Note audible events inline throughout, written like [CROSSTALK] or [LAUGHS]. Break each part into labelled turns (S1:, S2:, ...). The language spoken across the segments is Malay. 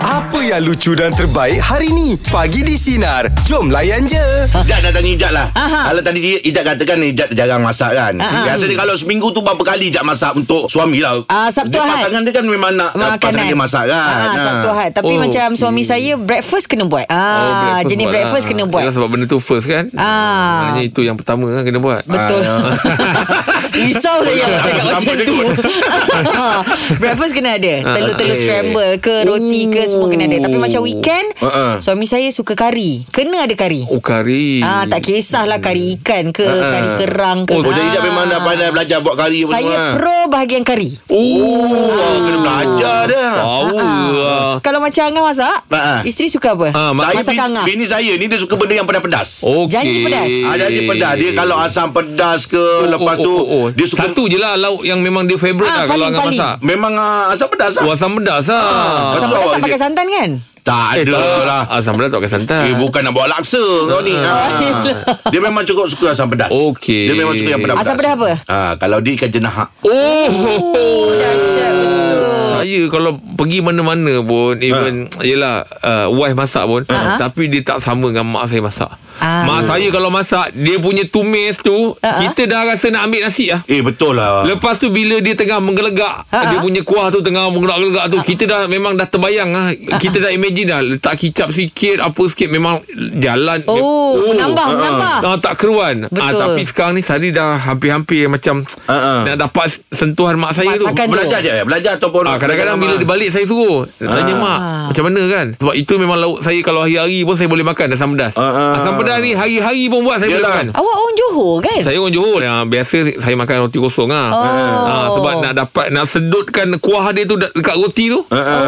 S1: Apa yang lucu dan terbaik hari ni? Pagi di Sinar. Jom layan je.
S2: Ijat dah tanya Ijat lah
S3: Aha.
S2: Kalau tadi dia- Ijat katakan Ijat jarang masak kan
S3: Aha.
S2: Biasa dia kalau seminggu tu Berapa kali Ijat masak Untuk suami lah
S3: Ah, Sabtu
S2: dia,
S3: Ahad.
S2: Pasangan dia kan memang nak
S3: Makanan.
S2: Pasangan dia masak kan Hmm.
S3: Ah, Sabtu Ahad. Tapi
S4: Oh,
S3: oh, macam suami saya breakfast kena buat. Ah,
S4: breakfast
S3: jenis
S4: buat
S3: breakfast
S4: lah.
S3: kena buat.
S4: Yalah, sebab benda tu first kan
S3: Ah.
S4: Maknanya itu yang pertama kan kena buat
S3: Betul.
S2: Ah,
S3: [LAUGHS] Risau saya
S2: [LAUGHS] Ah,
S3: nak cakap macam
S2: sama
S3: tu.
S2: dia
S3: [LAUGHS] breakfast kena ada.
S4: Ah,
S3: Telur-telur
S4: eh.
S3: scramble ke roti ke semua kena ada. Tapi macam weekend
S2: Ah, ah.
S3: suami saya suka kari. Kena ada kari.
S4: Oh kari
S3: Ah tak kisahlah kari ikan ke kari kerang ke.
S2: Oh jadi Ijat
S3: Ah.
S2: memang dah pandai Belajar buat kari apa
S3: Saya
S2: semua lah.
S3: pro bahagian kari.
S2: Oh Kena belajar dia
S3: Ah,
S4: Power lah
S3: Kalau macam Angah masak,
S2: Ah, ah.
S3: isteri suka apa?
S4: Ah, mak-
S2: Saya
S3: masak
S2: bini,
S3: Angah.
S2: bini saya ni Dia suka benda yang pedas-pedas
S4: Okey.
S3: Janji pedas.
S2: Ada dia Ah,
S4: eh.
S2: pedas Dia kalau asam pedas ke
S4: Oh,
S2: Lepas tu Dia suka
S4: Satu je lah lauk yang memang dia favourite
S3: Ah,
S4: lah Kalau
S3: paling,
S4: Angah
S3: paling.
S4: masak
S2: Memang ah, asam pedas
S4: Oh,
S2: lah
S4: asam pedas lah
S3: Ah,
S2: Betul
S3: Asam pedas tak
S2: awak
S3: pakai
S2: dia-
S3: santan kan?
S2: Tak ada lah
S4: Asam pedas tak pakai santan
S2: Eh, bukan nak bawa laksa kau ni. Ha. Dia memang cukup suka asam pedas.
S4: Ah. Okey.
S2: Dia memang suka yang pedas.
S3: Asam pedas apa?
S2: Ha, kalau dia ikan jenahak.
S4: Oh,
S3: Oh, dahsyat
S4: Ah.
S3: betul.
S4: Saya kalau pergi mana-mana
S2: Ha.
S4: pun Even Yelah uh, Wife masak pun
S3: Ha.
S4: Tapi dia tak sama dengan mak saya masak
S3: Ah.
S2: Oh.
S4: Mak saya kalau masak Dia punya tumis tu
S3: Ha.
S4: Kita dah rasa nak ambil nasi lah
S2: Eh betul lah.
S4: Lepas tu bila dia tengah menggelegak
S3: Ha,
S4: Dia
S3: ha.
S4: punya kuah tu tengah menggelegak-gelegak tu Kita dah memang dah terbayang lah
S3: Ha,
S4: Kita dah imagine dah Letak kicap sikit Apa sikit Memang jalan
S3: Oh, menambah, menambah.
S4: Ah, tak keruan ah,
S3: Betul.
S4: Tapi sekarang ni Sari dah hampir-hampir macam
S2: Ha, ha.
S4: Nak dapat sentuhan mak saya tu
S3: Masakan
S2: Belajar je. Belajar ataupun.
S4: Ah, kadang-kadang bila dia balik saya suruh Dia Tanya
S2: Ah.
S4: mak Macam mana kan Sebab itu memang lauk saya Kalau hari-hari pun saya boleh makan Asam pedas
S2: Ah, ah.
S4: Asam pedas ni hari-hari pun buat Saya boleh
S2: Yalah.
S4: makan
S3: Awak orang Johor kan?
S4: Ah. saya orang Johor yang biasa saya makan roti kosong ah.
S3: Oh.
S4: Ah, sebab nak dapat nak sedutkan kuah dia tu de- dekat roti tu.
S2: Ha, ha.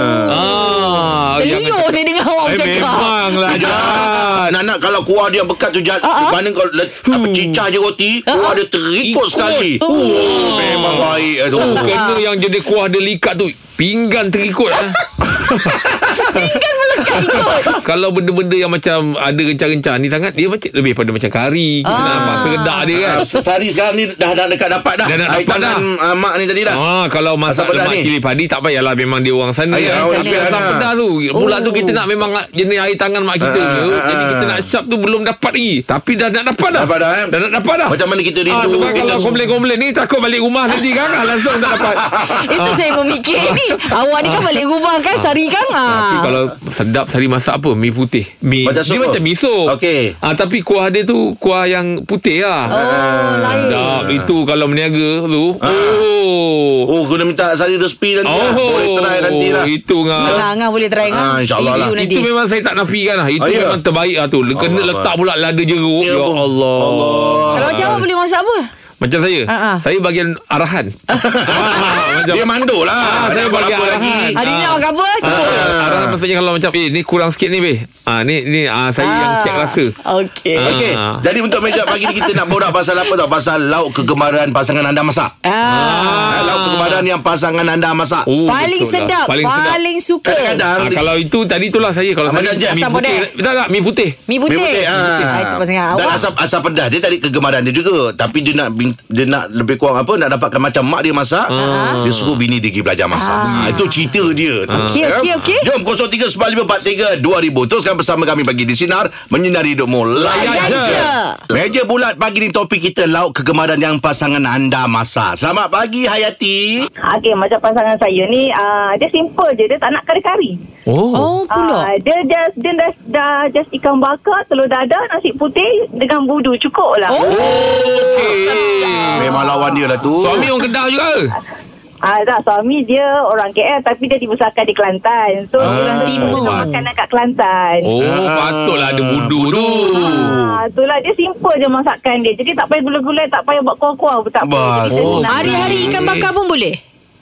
S4: Ah.
S3: Terliur saya dengar awak
S4: Eh,
S3: cakap.
S4: memanglah Jad.
S2: Ah, Nak nak kalau kuah dia bekat tu jat uh-huh.
S3: Ah,
S2: Mana kau le,
S4: Hmm.
S2: apa, cicah je roti Kuah dia terikut sekali oh. Memang baik eh, tu
S4: Oh,
S3: Ah.
S4: kena yang jadi kuah dia likat tu Pinggan terikut
S3: [LAUGHS]
S4: ah.
S3: Kan melekat ikut.
S4: Kalau benda-benda yang macam Ada rencah-rencah ni sangat Dia macam Lebih pada macam kari ah.
S3: Ah.
S4: Bahasa redak dia kan
S2: Ah, Sari sekarang ni dah, dah dekat dapat dah
S4: Dah nak
S2: Air
S4: dapat
S2: tangan, ah, Mak ni tadi dah
S4: Ah, kalau masak
S2: Asam pedas
S4: lemak
S2: ni.
S4: cili padi tak payahlah memang dia orang sana.
S2: Ayah,
S4: Ayah,
S2: orang
S4: Tapi
S3: sana.
S4: asam
S2: Ana.
S4: pedas tu. Mula tu
S3: Oh.
S4: kita nak memang jenis air tangan mak kita
S2: Ah,
S4: je.
S2: ah,
S4: Jadi
S2: ah.
S4: kita nak sap tu belum dapat lagi. Tapi dah nak dapat dah.
S2: Dapat dah, eh?
S4: Dah nak dapat dah.
S2: Macam mana kita
S4: Ah,
S2: rindu
S4: sebab
S2: kita
S4: kalau komplain-komplain ni takut balik rumah nanti kan ah, langsung tak dapat.
S3: Itu saya memikir ni. Awak ni kan balik rumah kan sari kan?
S4: Ah. Tapi
S3: Ah.
S4: kalau sedap sari masak apa? Mi putih. Mi.
S2: Macam
S4: dia
S2: sup
S4: macam
S2: tu?
S4: miso.
S2: Okey.
S4: Ah, tapi kuah dia tu kuah yang putih lah.
S3: Oh, lain.
S4: Sedap. Itu kalau meniaga tu. Oh.
S2: Oh kena minta Sari resipi nanti lah. Boleh try nanti lah
S4: Itu ngah.
S3: Angah, Angah boleh try
S2: Ah,
S3: Angah.
S2: insyaAllah lah.
S3: Review nanti.
S4: Itu memang saya tak nafikan lah Itu
S2: Ah, ya?
S4: memang terbaik lah tu Kena
S2: Allah
S4: letak pula lada jeruk Ya,
S2: Ya, Allah.
S4: Allah.
S3: Kalau macam awak boleh masak apa?
S4: Macam saya
S3: Ah, ah.
S4: Saya bagian arahan
S2: Ah,
S4: Macam
S2: Dia mandul lah
S4: Ah,
S2: Dia
S4: saya
S2: buat
S4: bagi
S2: apa
S4: arahan.
S2: lagi
S4: Ah.
S3: Hari ni awak apa? Sebut.
S4: Arahan maksudnya kalau macam Eh ni kurang sikit ni beh ah, Ni ni ah, saya yang
S3: Ah.
S4: cek rasa
S3: Okey.
S4: Ah.
S2: Okey, jadi untuk meja pagi ni kita nak borak pasal apa tau? Pasal lauk kegemaran pasangan anda masak.
S3: Ah.
S2: Ah. Lauk kegemaran yang pasangan anda masak.
S4: Oh,
S3: Paling
S4: betul lah.
S3: sedap,
S4: Paling sedap
S3: paling suka.
S2: Kadang-kadang
S4: Ah, kalau itu tadi itulah saya kalau
S2: Ah,
S4: saya
S2: macam
S4: mi
S2: asam
S4: putih
S3: pedas.
S4: tak tak mi putih
S3: Mi
S2: Memang
S3: putih. Ah, Itu pasal
S2: Dan
S3: awak.
S2: asam, asam pedas Dia tadi kegemaran dia juga Tapi dia nak bin- Dia nak lebih kurang apa Nak dapatkan macam mak dia masak
S3: Ah.
S2: Dia suruh bini dia pergi belajar masak ah. Itu cerita dia tu
S3: Okey,
S2: Ya?
S3: okey, okey.
S2: Jom 0395432000 Teruskan bersama kami pagi di Sinar Menyinari hidupmu Layan
S3: Layan
S2: je
S3: je.
S2: Meja bulat pagi ni topik kita Lauk kegemaran yang pasangan anda masak Selamat pagi Hayati
S5: Ah, Okey, macam pasangan saya ni, uh, dia simple je. Dia tak nak kari-kari.
S4: oh
S3: Oh,
S5: Ah,
S3: pula.
S5: dia just, dia dah, dah just ikan bakar, telur dadah, nasi putih dengan budu. Cukup lah.
S3: Oh.
S4: okey
S2: Memang lawan dia lah tu
S4: suami orang Kedah juga ke?
S5: Ah, tak, suami dia orang KL tapi dia dibesarkan di Kelantan. So, dia
S3: orang Ah, timur.
S5: makan dekat Kelantan.
S4: oh patutlah ada budu tu
S5: Ah, itulah dia simple je masakan dia. Jadi tak payah gula-gulai, tak payah buat kuah-kuah pun tak
S2: Bah,
S5: payah. Jadi,
S4: oh.
S5: dia-
S3: Hari-hari ikan bakar pun boleh?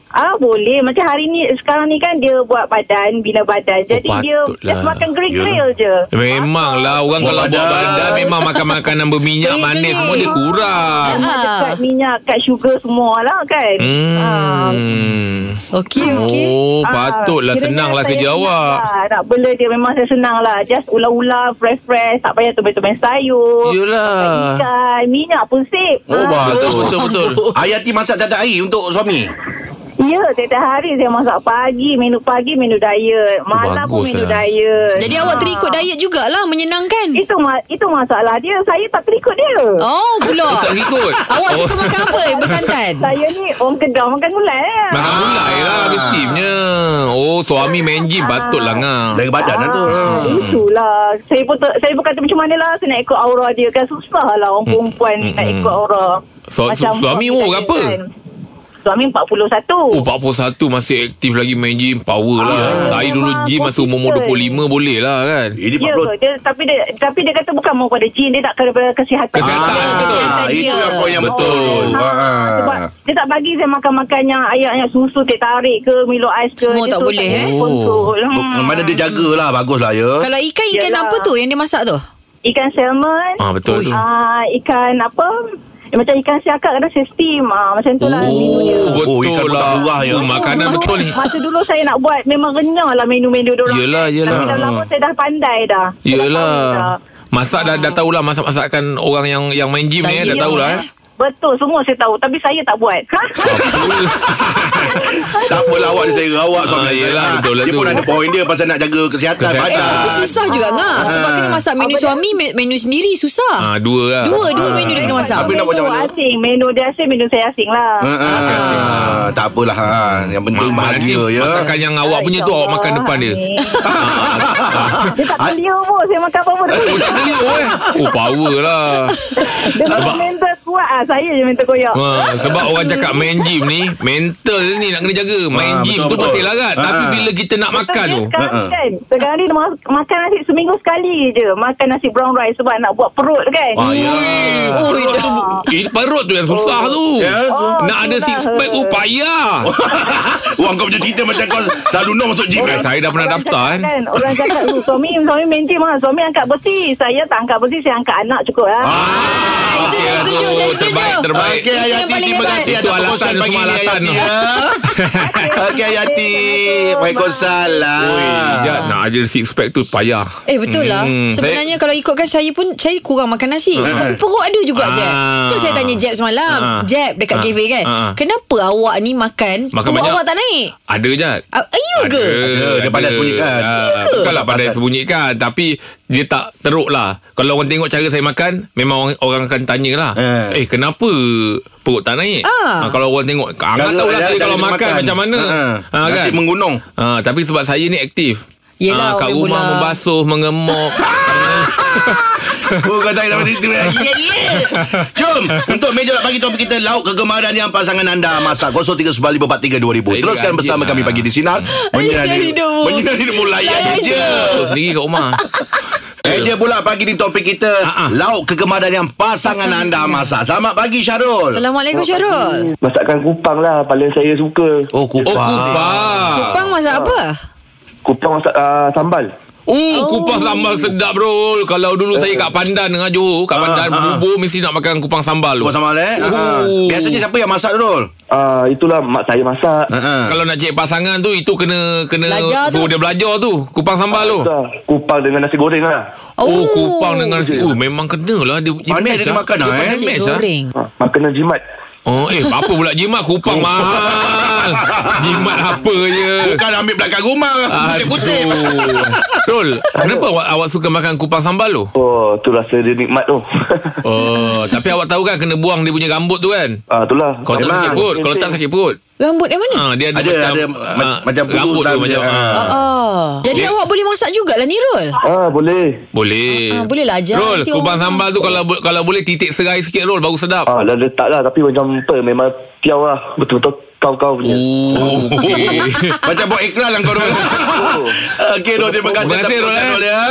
S5: Ah boleh macam hari ni sekarang ni kan dia buat badan bina badan jadi
S4: Oh,
S5: dia
S4: patutlah.
S5: just makan grill-grill je.
S4: Memanglah orang
S2: Buat
S4: kalau buat
S2: badan.
S4: badan memang makan makanan berminyak
S3: Betul.
S4: manis semua dia kurang.
S5: Ah,
S3: Ah.
S5: dekat minyak, kat sugar semua lah kan. Ah,
S4: Hmm.
S3: Okey, okey.
S4: Oh,
S5: ah,
S4: patutlah
S5: kiranya
S4: senanglah
S5: saya
S4: kerja
S5: senang
S4: awak.
S5: Lah. Nak bela dia memang saya senang lah. Just ular-ular, fresh-fresh. Tak payah tumis-tumis sayur.
S4: Yelah.
S5: Ikan, minyak pun sip.
S2: Oh,
S5: Ah.
S2: bagus.
S4: Betul betul betul.
S2: Hayati masak tak ada air untuk suami.
S5: Ya, tiap-tiap hari saya masak pagi, menu pagi, menu diet. Malam pun
S4: Bagus
S5: menu
S4: lah.
S5: diet. Ah.
S3: Jadi awak terikut diet jugalah Menyenangkan
S5: Itu ma- itu masalah dia. Saya tak terikut dia.
S3: Oh
S4: Oh,
S3: pula
S4: tak ikut. Oh.
S3: Awak suka makan apa eh,
S4: [LAUGHS]
S3: Bersantan
S5: Saya ni orang Kedah makan gulai. Eh.
S4: Makan gulai lah habis timnya. Oh, suami main
S3: Ah.
S4: gym. Patut lah ngah.
S2: Dari badan lah tu. Ah.
S5: Itulah. Saya pun tak, saya pun kata macam mana lah saya nak ikut aura dia kan susah
S4: Hmm,
S5: lah orang perempuan nak ikut aura.
S4: So- su- suami umur berapa?
S5: kan. Suami 41.
S4: Oh, 41 masih aktif lagi main gym. Power lah.
S2: ya.
S5: Ah,
S4: Saya dulu
S5: memang
S4: gym masa umur
S5: positif
S4: 25 boleh lah kan.
S2: Ini 40
S5: Ya ke? Dia, tapi dia tapi dia kata bukan mau pada jin, dia nak kepada kesihatan.
S4: Kesihatan, Ah.
S5: Ah,
S4: betul.
S2: Ah, itu
S3: dia.
S2: yang poin yang betul.
S5: Ha, sebab dia tak bagi saya makan-makan yang ayam-ayam susu teh tarik ke Milo ais ke.
S3: Semua
S5: Dia
S3: tak
S5: tu
S3: boleh, eh?
S5: boleh Hmm. kontrol.
S4: Oh.
S2: Ah. Mana dia jagalah baguslah ya.
S3: Kalau ikan Ikan
S5: Yelah.
S3: apa tu Yang dia masak tu
S5: Ikan salmon.
S4: Ah, betul tu.
S5: Ah, ikan apa? Eh, macam ikan siakak kadang saya steam. Ah, macam tu lah menu dia.
S2: Oh,
S4: Oh,
S2: ikan
S4: betul
S2: pun tak
S4: lah.
S2: murah ya.
S4: Oh, makanan
S5: Dulu-
S4: betul ni.
S5: Masa dulu saya nak buat Memang renyah lah menu-menu diorang
S4: Yelah, yelah.
S5: Tapi dah lama saya dah pandai dah Saya dah
S4: Yelah.
S5: tahu dah.
S4: Masak dah, dah tahulah masak-masakan orang yang yang main gym ni. eh. Dah
S3: Diet
S4: tahulah.
S3: eh.
S4: eh.
S5: Betul semua saya tahu Tapi saya tak buat [LAUGHS] ha?
S2: Tak apalah awak dia saya rawak suami
S4: Ah,
S2: saya.
S4: yelah, betul lah
S2: Dia
S4: tu.
S2: pun ada poin dia pasal nak jaga kesihatan
S4: Kesihatan.
S3: Eh
S2: badan.
S3: tapi susah juga ngah Sebab kena masak menu
S5: Apa dia?
S3: suami me- Menu sendiri susah
S4: Ah, dua lah.
S3: Dua Dua menu dia kena masak
S2: Tapi nak buat macam mana?
S5: Asing Menu dia asing Menu saya asing lah
S4: Ha,
S2: Ah, ah, ah, tak apalah ha. Yang penting bahagia ya.
S4: Masakan yang awak punya tu awak makan depan dia.
S5: Ah,
S4: [LAUGHS] Ah,
S5: Amin. Dia tak belia pun Saya
S4: [LAUGHS]
S5: makan apa-apa dia
S4: Oh, tak boleh eh. Oh, power lah.
S5: Dia memang mental kuat lah Saya je mental koyak
S4: Ha, sebab orang cakap main gym ni, mental ni nak kena jaga. Main
S2: Ah,
S4: gym
S2: betul,
S4: tu
S2: betul.
S4: masih larat.
S2: Ah.
S4: Tapi bila kita nak makan tu, Ha,
S5: Betul dia Sekarang kan Sekarang ni dia mas- makan nasi Seminggu sekali je Makan nasi brown rice Sebab nak buat perut kan
S2: Ah, ya.
S3: Oh dah
S4: eh, perut tu yang susah tu.
S2: Ya, tu.
S5: Oh,
S4: Nak ada six pack oh, tu payah.
S2: [LAUGHS] Wah kau punya cerita macam kau selalu nak masuk gym
S4: Eh,
S2: kan?
S4: saya dah pernah
S5: Orang
S4: daftar
S5: cakap
S4: kan.
S5: kan Orang cakap "Oh, Suami suami maintain mah Suami angkat besi Saya tak angkat besi Saya angkat anak cukup lah
S4: Ah.
S3: Itu saya
S4: Okey lah tu.
S3: setuju Saya setuju
S4: Terbaik, terbaik.
S2: Okey Hayati
S3: paling
S2: Terima
S3: hebat.
S2: kasih
S4: Itu
S2: atas
S4: alasan,
S2: perkongsian
S4: itu
S2: pagi
S4: semua
S2: ni
S4: alasan
S2: Hayati
S4: tu.
S2: ya. Okey Hayati
S5: Assalamualaikum.
S2: Ah.
S4: Oi,
S2: Waalaikumsalam
S4: Jad, nak ada six pack tu payah.
S3: Eh betul lah
S4: Hmm,
S3: Sebenarnya kalau ikutkan saya pun Saya kurang makan nasi Perut- Perut ada juga
S4: Ah.
S3: Jeb Tu saya tanya Jeb
S4: Ah.
S3: semalam Jeb dekat
S4: Ah.
S3: kafe kan
S4: Ah.
S3: Kenapa awak ni makan
S4: Makan
S3: Perut
S4: banyak.
S3: awak tak naik
S4: Ada Jad.
S3: Ah, Ayu
S4: Ada,
S3: ke
S2: Ada, dia pandai sembunyikan.
S4: Ah,
S2: Ya ke?
S4: Bukanlah pandai sembunyikan Tapi Dia tak teruk lah Kalau orang tengok cara saya makan Memang orang, orang akan tanya lah
S2: Eh.
S4: Eh kenapa Perut tak naik
S3: Ah.
S4: Ah, Kalau orang tengok Angkat
S2: ya,
S4: tahu lah saya Kalau makan, macam mana
S2: ha,
S4: Ah,
S2: Nasi menggunung
S4: Ah, Tapi sebab saya ni aktif
S3: Yelah,
S4: Ah, Kat
S3: main
S4: rumah
S3: bola.
S4: membasuh
S3: [LAUGHS]
S4: Mengemuk
S2: [LAUGHS] Oh kau tak dapat cerita Ya ya [LAUGHS] Jom Untuk meja nak bagi topik kita Lauk kegemaran yang pasangan anda masak 0395432000
S4: Eh,
S2: Teruskan
S4: dia
S2: bersama
S4: anjing
S2: kami
S4: lah.
S2: pagi di Sinar Menyinari
S3: hidupmu.
S2: Menyinari hidupmu Layan
S3: Layan
S2: je
S4: Tahu sendiri kat rumah
S2: Meja pula pagi di topik kita
S4: Ah, ah.
S2: Lauk kegemaran yang pasangan
S3: Pasangan
S2: anda
S3: anda.
S2: masak Selamat pagi Syarul
S3: Assalamualaikum Syarul
S6: Masakan kupang lah Paling saya suka
S2: Oh
S4: Oh
S2: kupang
S4: kupas
S3: Kupang masak apa?
S4: Eh,
S6: Kupang masak uh, sambal
S4: Oh, kupas sambal sedap bro. Kalau dulu saya kat Pandan dengan Johor, kat Pandan
S2: ah.
S4: bubur mesti nak makan kupang sambal. tu.
S2: Kupas sambal eh Ah.
S4: Oh.
S2: Biasanya siapa yang masak Syarul?
S6: uh, Itulah mak saya masak
S2: Ah.
S4: Kalau nak cek pasangan tu Itu kena kena
S3: Belajar tu.
S4: Suruh dia belajar tu Kupang sambal tu
S6: Itulah, Kupang dengan nasi goreng lah
S4: Oh, oh kupang dengan nasi Oh memang kena lah Dia, dia
S2: Pandai dia
S4: match lah.
S2: makan lah, eh.
S4: pandai
S3: Nasi
S4: match lah.
S3: goreng
S6: ha, Makanan jimat
S4: Oh eh apa pula jimat
S2: Oh.
S4: Kupang
S2: [LAUGHS]
S4: mahal Jimat apa je
S2: Bukan ambil belakang rumah Kutip-kutip
S4: Aduh Rol Kenapa awak, awak suka makan kupang sambal tu
S6: Oh tu rasa dia nikmat tu
S4: Oh Tapi awak tahu kan Kena buang dia punya rambut tu kan
S6: [LAUGHS] Ah, itulah
S4: Kalau tak
S2: Memang.
S4: sakit perut Kalau tak sakit perut
S3: Rambut yang mana?
S4: ha, Dia ada,
S2: Ada,
S4: macam
S2: ada, ma-
S4: ah,
S2: macam bulu
S4: Rambut tu
S2: dalam
S4: macam
S2: dia.
S4: ah.
S2: Ah.
S3: Oh Jadi awak boleh masak jugalah ni Rul
S6: Ah boleh
S4: Boleh
S3: Ah, boleh lah ajar
S4: Rol
S3: nanti orang-
S4: Kupang sambal tu Kalau bo- kalau boleh titik serai sikit Rol Baru sedap
S6: ah, Dah letak lah Tapi macam apa Memang piau lah Betul-betul kau-kau punya
S4: Oh, okey.
S2: Macam buat iklan lah kau Rol Okey Rol Terima kasih
S4: Terima kasih, Rol, eh.
S2: Rol ya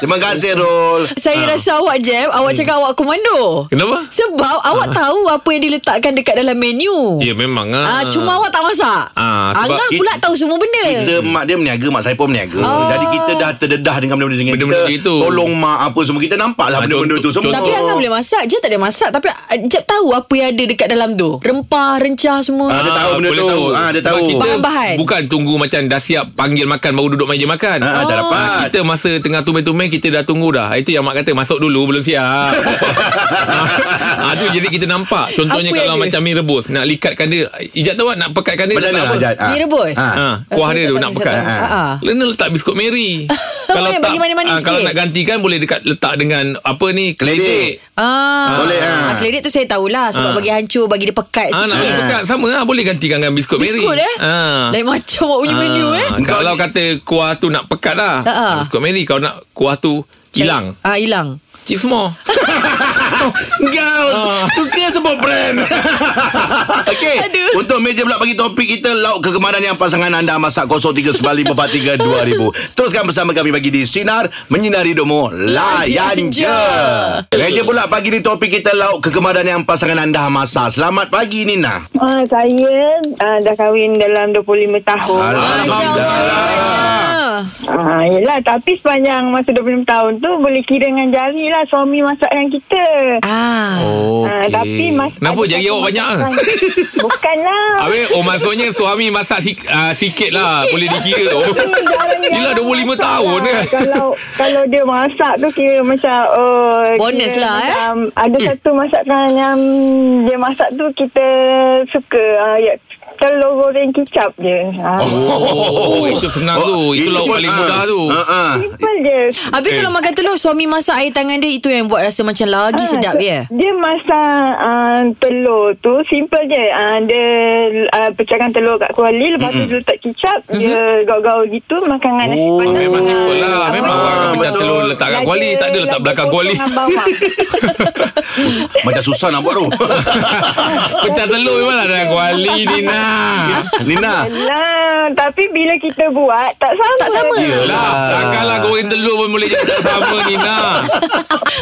S2: Terima kasih Rol
S3: Saya
S4: Ah.
S3: rasa awak Jeb Awak
S4: Hmm.
S3: cakap awak komando
S4: Kenapa?
S3: Sebab awak tahu Apa yang diletakkan Dekat dalam menu
S4: Ah. Ya memang
S3: Ah, cuma awak tak masak.
S4: Ah, sebab
S3: Angah pula
S2: it-
S3: tahu semua benda.
S2: kita mak dia meniaga Mak saya pun meniaga Jadi kita dah terdedah Dengan benda-benda macam
S4: Benda-benda
S2: kita
S4: gitu.
S2: Tolong mak apa semua Kita nampak lah
S4: Ah,
S2: benda-benda tu
S4: contoh-
S2: semua
S3: tapi Angah boleh masak Je tak ada masak Tapi ah, Jeb tahu apa yang ada Dekat dalam tu Rempah Rencah semua
S2: Ah, dia tahu benda
S4: boleh
S2: tu. Ah, dia
S4: Sebab
S2: tahu.
S4: kita
S3: Bahan-bahan.
S4: Bukan tunggu macam dah siap panggil makan baru duduk meja makan.
S3: Oh.
S2: Ah, tak dapat.
S4: Kita masa tengah tumai-tumai kita dah tunggu dah Itu yang mak kata Masuk dulu belum
S2: [LAUGHS]
S4: siap ha, tu jadi kita nampak Contohnya
S3: Apa
S4: kalau
S3: yang dia?
S4: macam mie rebus Nak likatkan dia Ijat tahu tak nak pekatkan dia
S2: Macam
S4: tak
S2: mana
S4: apa.
S2: Ajat?
S3: Mie rebus?
S2: Ha.
S4: Ha, kuah dia tu nak pekat. Ah.
S3: Ha.
S4: Lena letak biskut
S3: [LAUGHS]
S4: Mary.
S3: Boleh, bagi manis-manis
S4: ah, kalau
S3: sikit.
S4: nak gantikan boleh dekat letak dengan apa ni
S2: Keledek.
S4: keledek.
S3: Ah,
S2: Boleh, ah.
S3: ah. Kelirik tu saya tahulah sebab
S4: Ah.
S3: bagi hancur, bagi dia pekat
S4: Ah, nak
S3: sikit.
S4: bagi pekat sama lah boleh gantikan dengan biskut, Mary.
S3: Biskut eh?
S4: Ah.
S3: Lain macam awak punya
S4: Ah,
S3: menu eh.
S4: Kalau kata kuah tu nak pekat lah.
S3: Tak, ah.
S4: Biskut Mary kalau nak kuah tu hilang.
S3: Ah, hilang.
S4: Cik semua.
S2: Kau Suka sebut brand Ah. [LAUGHS] Okey Untuk meja pula bagi topik kita Lauk kegemaran yang pasangan anda Masak 0395432000 Teruskan bersama kami bagi di Sinar Menyinari Domo Layan je Meja pula pagi ni topik kita Lauk kegemaran yang pasangan anda masak Selamat pagi Nina
S5: Uh, saya uh, dah kahwin dalam 25 tahun. Ah, yelah, tapi sepanjang masa 25 tahun tu boleh kira dengan jari lah suami masakan kita.
S3: Ah.
S4: [LAUGHS] Oh.
S5: Ah, tapi mas-
S4: Kenapa
S5: ada
S4: jari
S5: satu
S4: awak banyak ah?
S5: masakan. [LAUGHS] Bukanlah.
S4: [LAUGHS] Habis oh maksudnya suami masak si, uh, sikit lah Boleh dikira
S3: [LAUGHS]
S5: Hmm,
S4: oh. [LAUGHS] Yelah 25 tahun
S5: lah.
S4: kan
S5: Kalau kalau dia masak tu kira macam oh,
S3: Bonus
S5: kira
S3: lah, eh.
S5: macam, Ada
S4: Eh.
S5: satu masakan yang dia masak tu kita suka uh, ya, telur goreng kicap je. Ah.
S4: Oh, oh, oh, lah. Ah, itu senang tu Itu lauk paling mudah tu
S2: ha, ha.
S5: Simple je.
S3: Habis
S4: Eh.
S3: kalau makan telur Suami masak air tangan dia Itu yang buat rasa macam lagi
S5: Ah,
S3: sedap
S5: tu-
S3: ya
S5: Dia masak uh, telur tu simple je. Uh, dia uh, pecahkan telur kat kuali lepas tu dia
S4: Hmm.
S5: letak kicap, dia gaul-gaul gitu makanan nasi
S2: Oh,
S5: panas.
S4: Memang
S5: dengan-
S4: simple lah Memang
S5: Ah,
S4: orang akan pecah
S2: betul.
S4: telur letak kat kuali Tak ada letak
S5: lada
S4: belakang kuali
S5: potong dengan bawang.
S2: Macam susah nak buat tu [LAUGHS]
S4: Pecah telur memang lah dalam kuali [LAUGHS] Nina
S2: Nina
S5: Alah, tapi bila kita buat tak sama.
S3: Tak sama.
S4: Yelah Takkanlah goreng telur pun boleh jadi tak sama Nina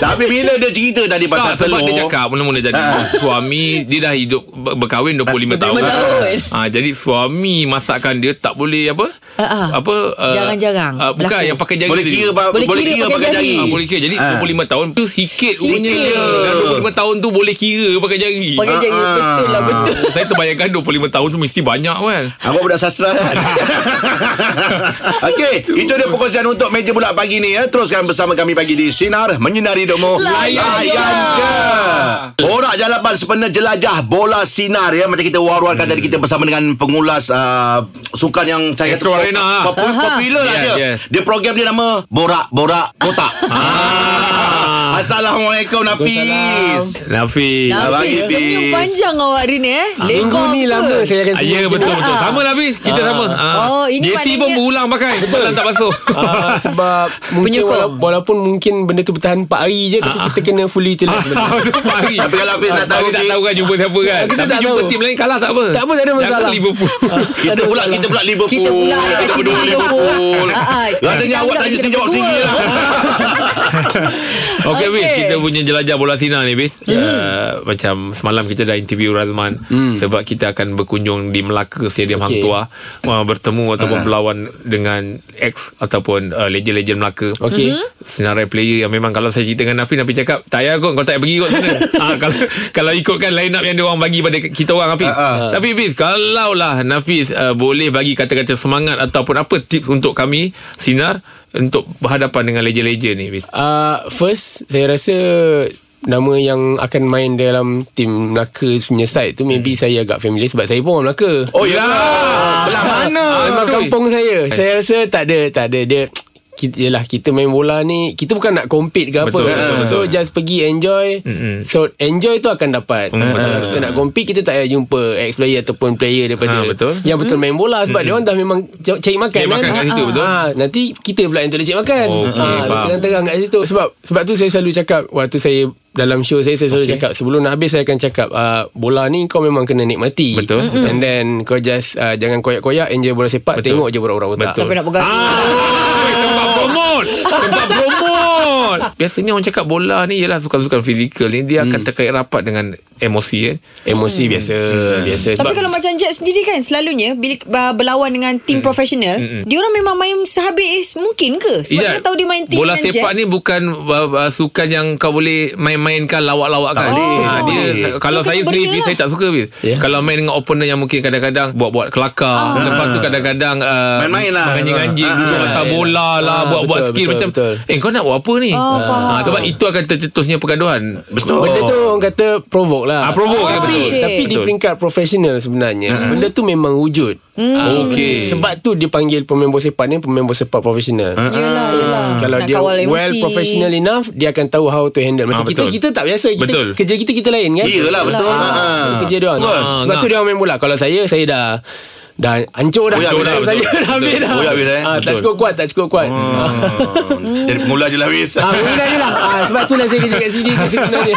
S2: Tapi bila dia cerita tadi pasal
S4: Tak sebab
S2: telur
S4: dia cakap Mula-mula jadi [LAUGHS] Suami Dia dah hidup ber- Berkahwin 25 tahun
S3: 25 tahun.
S4: ha, Jadi suami Masakan dia tak boleh apa
S3: Ah, ah.
S4: Apa ah,
S3: Jarang-jarang
S4: ah, Bukan
S3: berlaku.
S4: yang pakai jari
S2: Boleh
S4: tadi.
S2: kira pa-
S3: Boleh
S2: Boleh
S3: kira
S2: kira
S3: pakai
S2: pakai jari
S4: Ah, boleh kira Jadi
S2: Ah.
S4: 25 tahun tu sikit umurnya
S2: Sikit.
S4: dia Dan 25 tahun tu boleh kira pakai jari
S3: Pakai
S2: Ah,
S3: jari
S2: ah.
S3: Betul lah betul
S4: Oh, Saya terbayangkan 25 tahun tu mesti banyak kan
S2: Abang budak sastra kan Okey Itu dia perkongsian untuk meja bulat pagi ni ya Teruskan bersama kami pagi di Sinar Menyinari Domo
S4: Layan je.
S2: je Borak jalapan sepenuh jelajah Bola Sinar ya Macam kita war-warkan tadi Kita bersama dengan pengulas uh, Sukan yang saya
S4: Astro
S2: pop-
S4: Arena.
S2: pop- pop-
S3: Aha.
S2: Popular lah
S4: Yeah,
S2: dia
S4: yeah.
S2: Dia program dia nama Borak Borak Kotak Ah. [LAUGHS] Assalamualaikum Nafis
S4: Nafis
S3: Tapi
S2: Habis.
S3: senyum panjang awak hari ni eh Lekor
S7: Minggu ni
S3: betul.
S7: lama saya akan
S4: Ah,
S7: sebut
S4: Ya betul betul Sama lah Hafiz Kita sama Ah.
S3: Oh, ini
S4: JC pun
S3: maknanya-
S4: berulang pakai Betul tak basuh
S7: Ah, [LAUGHS] sebab mungkin
S3: Penyokong.
S7: wala- walaupun mungkin benda tu bertahan 4 hari je tapi kita kena fully telan
S4: [LAUGHS]
S7: benda
S4: Ah,
S7: tu.
S4: Tapi
S2: Tapi kalau Hafiz tak tahu
S4: tak
S2: ni-
S4: tahu kan jumpa siapa kan
S7: Kita
S4: Tapi
S7: tak
S4: jumpa
S7: tahu.
S4: tim lain kalah tak apa
S7: Tak apa, tak ada masalah.
S4: Jangan Liverpool
S7: [LAUGHS]
S2: kita pula kita pula Liverpool.
S3: Kita pula dekat
S2: kita
S3: sini
S2: berdua Liverpool.
S3: Ah, ah.
S2: Rasanya awak
S3: Kita anggap
S2: tanya
S3: kita
S2: sendiri jawab
S3: berdua.
S2: sendiri lah.
S3: [LAUGHS]
S4: [LAUGHS] Okay, Hafiz
S3: Okey.
S4: Kita punya jelajah bola sinar ni Hafiz Ah, Macam semalam kita dah interview Razman Sebab kita akan berkunjung di Melaka Stadium Hang
S7: Okey.
S4: Tuah Ah, Bertemu ataupun berlawan dengan ex Ataupun ah, legend-legend Melaka Hmm.
S7: Okey.
S4: Senarai player yang memang Kalau saya cerita dengan Nafi Nafi cakap Tak payah kot Kau tak payah pergi kot sana ha, kalau, kalau ikutkan line up Yang dia orang bagi Pada kita orang Hafiz
S2: Ah,
S4: Tapi Hafiz Kalau lah Nafis uh, Boleh bagi kata-kata semangat Ataupun apa tips Untuk kami Sinar Untuk berhadapan dengan legend-legend ni Hafiz
S7: Uh, first saya rasa nama yang akan main dalam tim Melaka punya side tu maybe saya agak familiar sebab saya pun orang Melaka.
S2: Oh ya. Belah mana?
S7: Ah,
S4: betul.
S7: memang
S4: Eh.
S7: kampung saya. Saya rasa tak ada tak ada dia kita, yelah kita main bola ni kita bukan nak compete ke apa
S4: Betul, betul,
S7: so just pergi enjoy
S4: Mm-mm.
S7: so enjoy tu akan dapat
S4: Mm, betul.
S7: kalau kita nak compete kita tak payah jumpa ex player ataupun player
S4: Ah,
S7: daripada
S4: betul.
S7: yang betul main bola sebab dia orang dah memang c- cari makan
S4: Cari
S7: kan
S4: makan kat situ, betul.
S7: Ah, nanti kita pula yang tolong cari makan
S4: Okey,
S7: Ah,
S4: faham.
S7: terang-terang kat situ sebab sebab tu saya selalu cakap waktu saya dalam show saya saya selalu okay. cakap sebelum nak habis saya akan cakap uh, bola ni kau memang kena nikmati
S4: Betul. Mm-mm.
S7: and then kau just uh, jangan koyak-koyak enjoy bola sepak
S4: Betul.
S7: Betul. tengok je orang-orang
S4: Betul.
S7: otak
S3: Sampai nak bergaduh
S4: Ah, tempat promote Tempat promote Biasanya orang cakap bola ni Ialah sukan-sukan fizikal ni Dia akan terkait rapat dengan Hmm. emosi kan.
S7: Emosi hmm. biasa biasa
S3: Tapi kalau macam Jeb sendiri kan Selalunya Bila uh, berlawan dengan Tim profesional Diorang memang main Sehabis mungkin ke Sebab kita tahu dia main tim
S4: bola
S3: dengan
S4: sepak ni bukan uh, uh, sukan yang kau boleh main-mainkan
S2: Tak
S4: lawak-lawakkan.
S2: boleh,
S4: Ha,
S2: tak
S4: dia
S2: boleh.
S4: kalau
S3: Suka
S4: saya
S3: benda
S4: sendiri Fiz,
S3: lah.
S4: saya tak suka Fiz.
S7: Ya.
S4: Kalau main dengan opponent yang mungkin kadang-kadang buat-buat kelakar, lepas tu kadang-kadang uh,
S2: Main-main lah.
S4: Anjing-anjing
S2: Ah,
S4: dulu
S2: ah,
S4: hantar
S7: ya.
S4: bola lah,
S7: Ah,
S4: buat-buat
S7: betul,
S4: skill
S7: betul,
S4: macam
S7: betul.
S4: eh kau nak buat apa ni?
S3: Ah, faham.
S4: Ah, sebab itu akan tercetusnya pergaduhan.
S2: Betul.
S7: Benda tu orang kata provoke lah
S4: Ah, provoke, ya,
S7: tapi,
S3: betul.
S7: Tapi di
S4: Betul.
S7: peringkat profesional sebenarnya Benda tu memang wujud Ah,
S4: Okey.
S7: Sebab tu dia panggil pemain bola sepak ni Pemain bola sepak profesional Ah,
S3: Yelah, yelah.
S7: Kalau
S3: Ah. Nak
S7: dia
S3: kawal emosi.
S7: well professional enough Dia akan tahu how to handle Macam
S4: Ah,
S7: kita
S4: betul.
S7: Kita tak biasa kita,
S4: Betul.
S7: Kerja kita kita lain kan
S2: Yelah, betul.
S7: Ah,
S2: Ah.
S7: itu Kerja dia orang
S2: Betul.
S7: Sebab tu dia orang main bola Kalau saya Saya dah Dah hancur dah
S2: Boyak habis dah,
S7: Saya
S4: betul.
S7: dah habis
S4: Betul.
S7: dah
S2: Boyak habis dah, eh.
S7: Ah, Tak
S4: Betul.
S7: cukup kuat Tak cukup kuat
S2: Hmm. Jadi pemula je lah Fiz.
S7: Ah, boleh lah Oh. je lah Ah, Sebab tu lah saya kerja kat sini sebenarnya.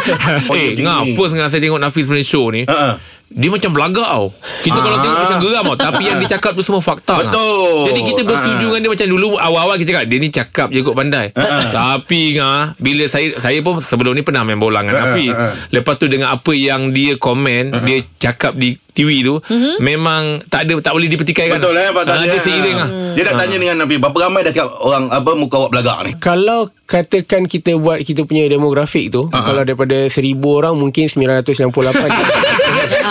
S2: Oh,
S4: Eh,
S2: dia
S4: ngah
S2: tinggi.
S4: first ngah saya tengok Nafis punya show ni.
S2: Ha.
S4: Dia macam belagak tau Kita kalau
S2: Ah.
S4: tengok macam geram tau Tapi yang dia cakap tu semua fakta Ngah.
S2: Betul.
S4: Jadi kita bersetuju
S2: Ah.
S4: dengan dia Macam dulu awal-awal kita cakap Dia ni cakap je kot pandai Tapi ngah Bila saya saya pun sebelum ni pernah main bola dengan Nafis Lepas tu dengan apa yang dia komen Dia cakap di TV tu Memang tak ada tak boleh dipertikaikan
S2: Betul eh Pak
S4: Ah,
S2: Tanya.
S4: Dia seiring lah
S2: Dia nak tanya dengan Nabi Berapa ramai dah cakap Orang apa Muka awak belagak ni
S7: [LAUGHS] Kalau katakan kita buat kita punya demografik tu, uh-huh. kalau daripada 1000 orang mungkin 998.
S4: [LAUGHS]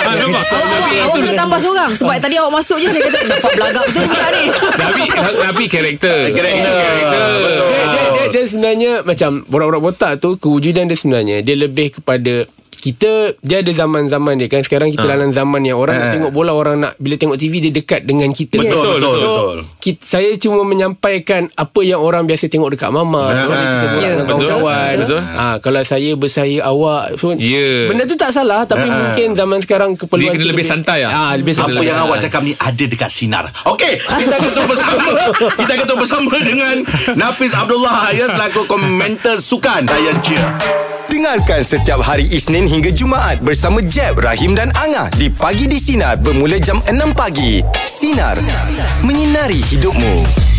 S4: Ah, nampak?
S3: Awak, awak kena tambah seorang Sebab tadi awak masuk je Saya kata Nampak belagak betul pula ni
S4: Tapi tapi karakter
S2: Karakter Betul
S7: dia, dia, dia, dia sebenarnya macam borak-borak botak tu kewujudan dia sebenarnya dia lebih kepada kita dia ada zaman-zaman dia kan sekarang kita dalam zaman yang orang nak
S2: Ah.
S7: tengok bola orang nak bila tengok TV dia dekat dengan kita
S2: Betul, betul,
S7: so,
S2: betul.
S7: Kita, saya cuma menyampaikan apa yang orang biasa tengok dekat mama macam mana kita buat
S3: Ya,
S7: dengan
S3: betul,
S7: kawan-kawan
S4: betul.
S7: ha, kalau saya bersaya awak so,
S4: Ya.
S7: benda tu tak salah tapi mungkin zaman sekarang
S4: Dia
S7: keperluan
S4: kena
S7: tu
S4: lebih santai lah.
S7: ah, lebih santai
S2: apa yang
S7: Ah.
S2: awak cakap ni ada dekat sinar. Okey, kita akan terus bersama. kita akan terus bersama dengan Nafis Abdullah yang selaku komentar sukan Saya Cheer.
S1: Dengarkan setiap hari Isnin hingga Jumaat bersama Jeb, Rahim dan Angah di Pagi di Sinar bermula jam 6 pagi. Sinar. Menyinari hidupmu.